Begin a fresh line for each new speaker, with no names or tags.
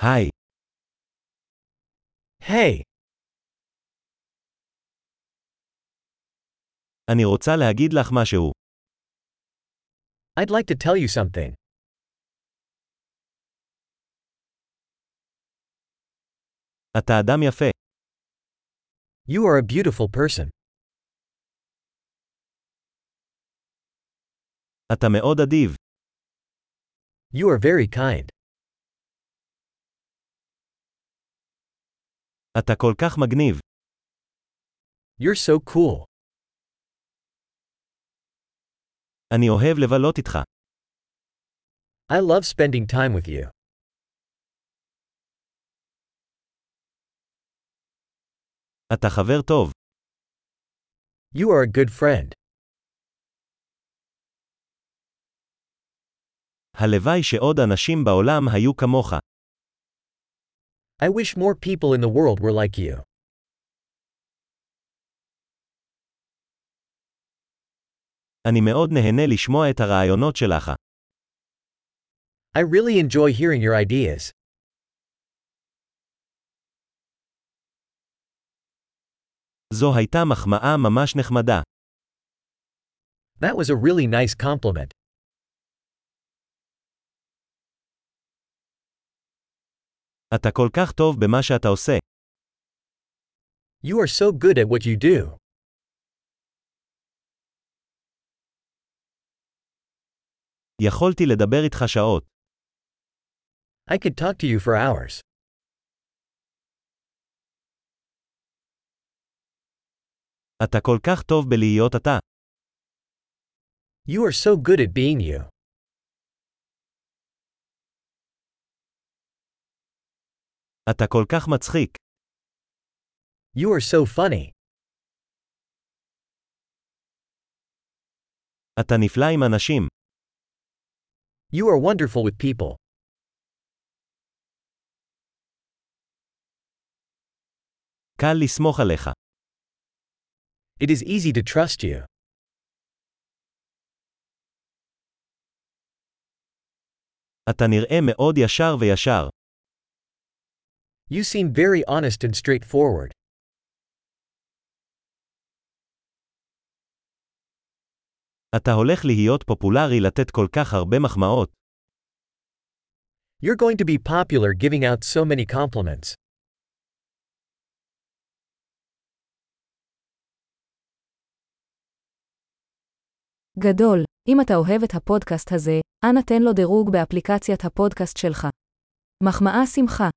היי. היי. אני רוצה להגיד לך משהו.
I'd like to tell you something.
אתה אדם יפה.
You are a beautiful person.
אתה מאוד אדיב.
You are very kind.
אתה כל כך מגניב.
You're so cool.
אני אוהב לבלות איתך.
I love spending time with you.
אתה חבר טוב.
You are a good friend.
הלוואי שעוד אנשים בעולם היו כמוך.
I wish more people in the world were like you.
אני מאוד נהנה לשמוע את הרעיונות שלך.
I really enjoy hearing your ideas.
זו הייתה מחמאה ממש נחמדה.
That was a really nice compliment.
אתה כל כך טוב במה שאתה עושה.
You are so good at what you do.
יכולתי לדבר איתך שעות.
I could talk to you for hours.
אתה כל כך טוב בלהיות אתה.
You are so good at being you.
אתה כל כך מצחיק.
You are so funny.
אתה נפלא עם אנשים.
You are wonderful with people.
קל לסמוך עליך.
It is easy to trust you.
אתה נראה מאוד ישר וישר.
You seem very honest and straightforward.
אתה הולך להיות פופולרי לתת כל כך הרבה מחמאות.
You're going to be popular giving out so many compliments.
גדול, אם אתה אוהב את הפודקאסט הזה, אנא תן לו דירוג באפליקציית הפודקאסט שלך. מחמאה שמחה.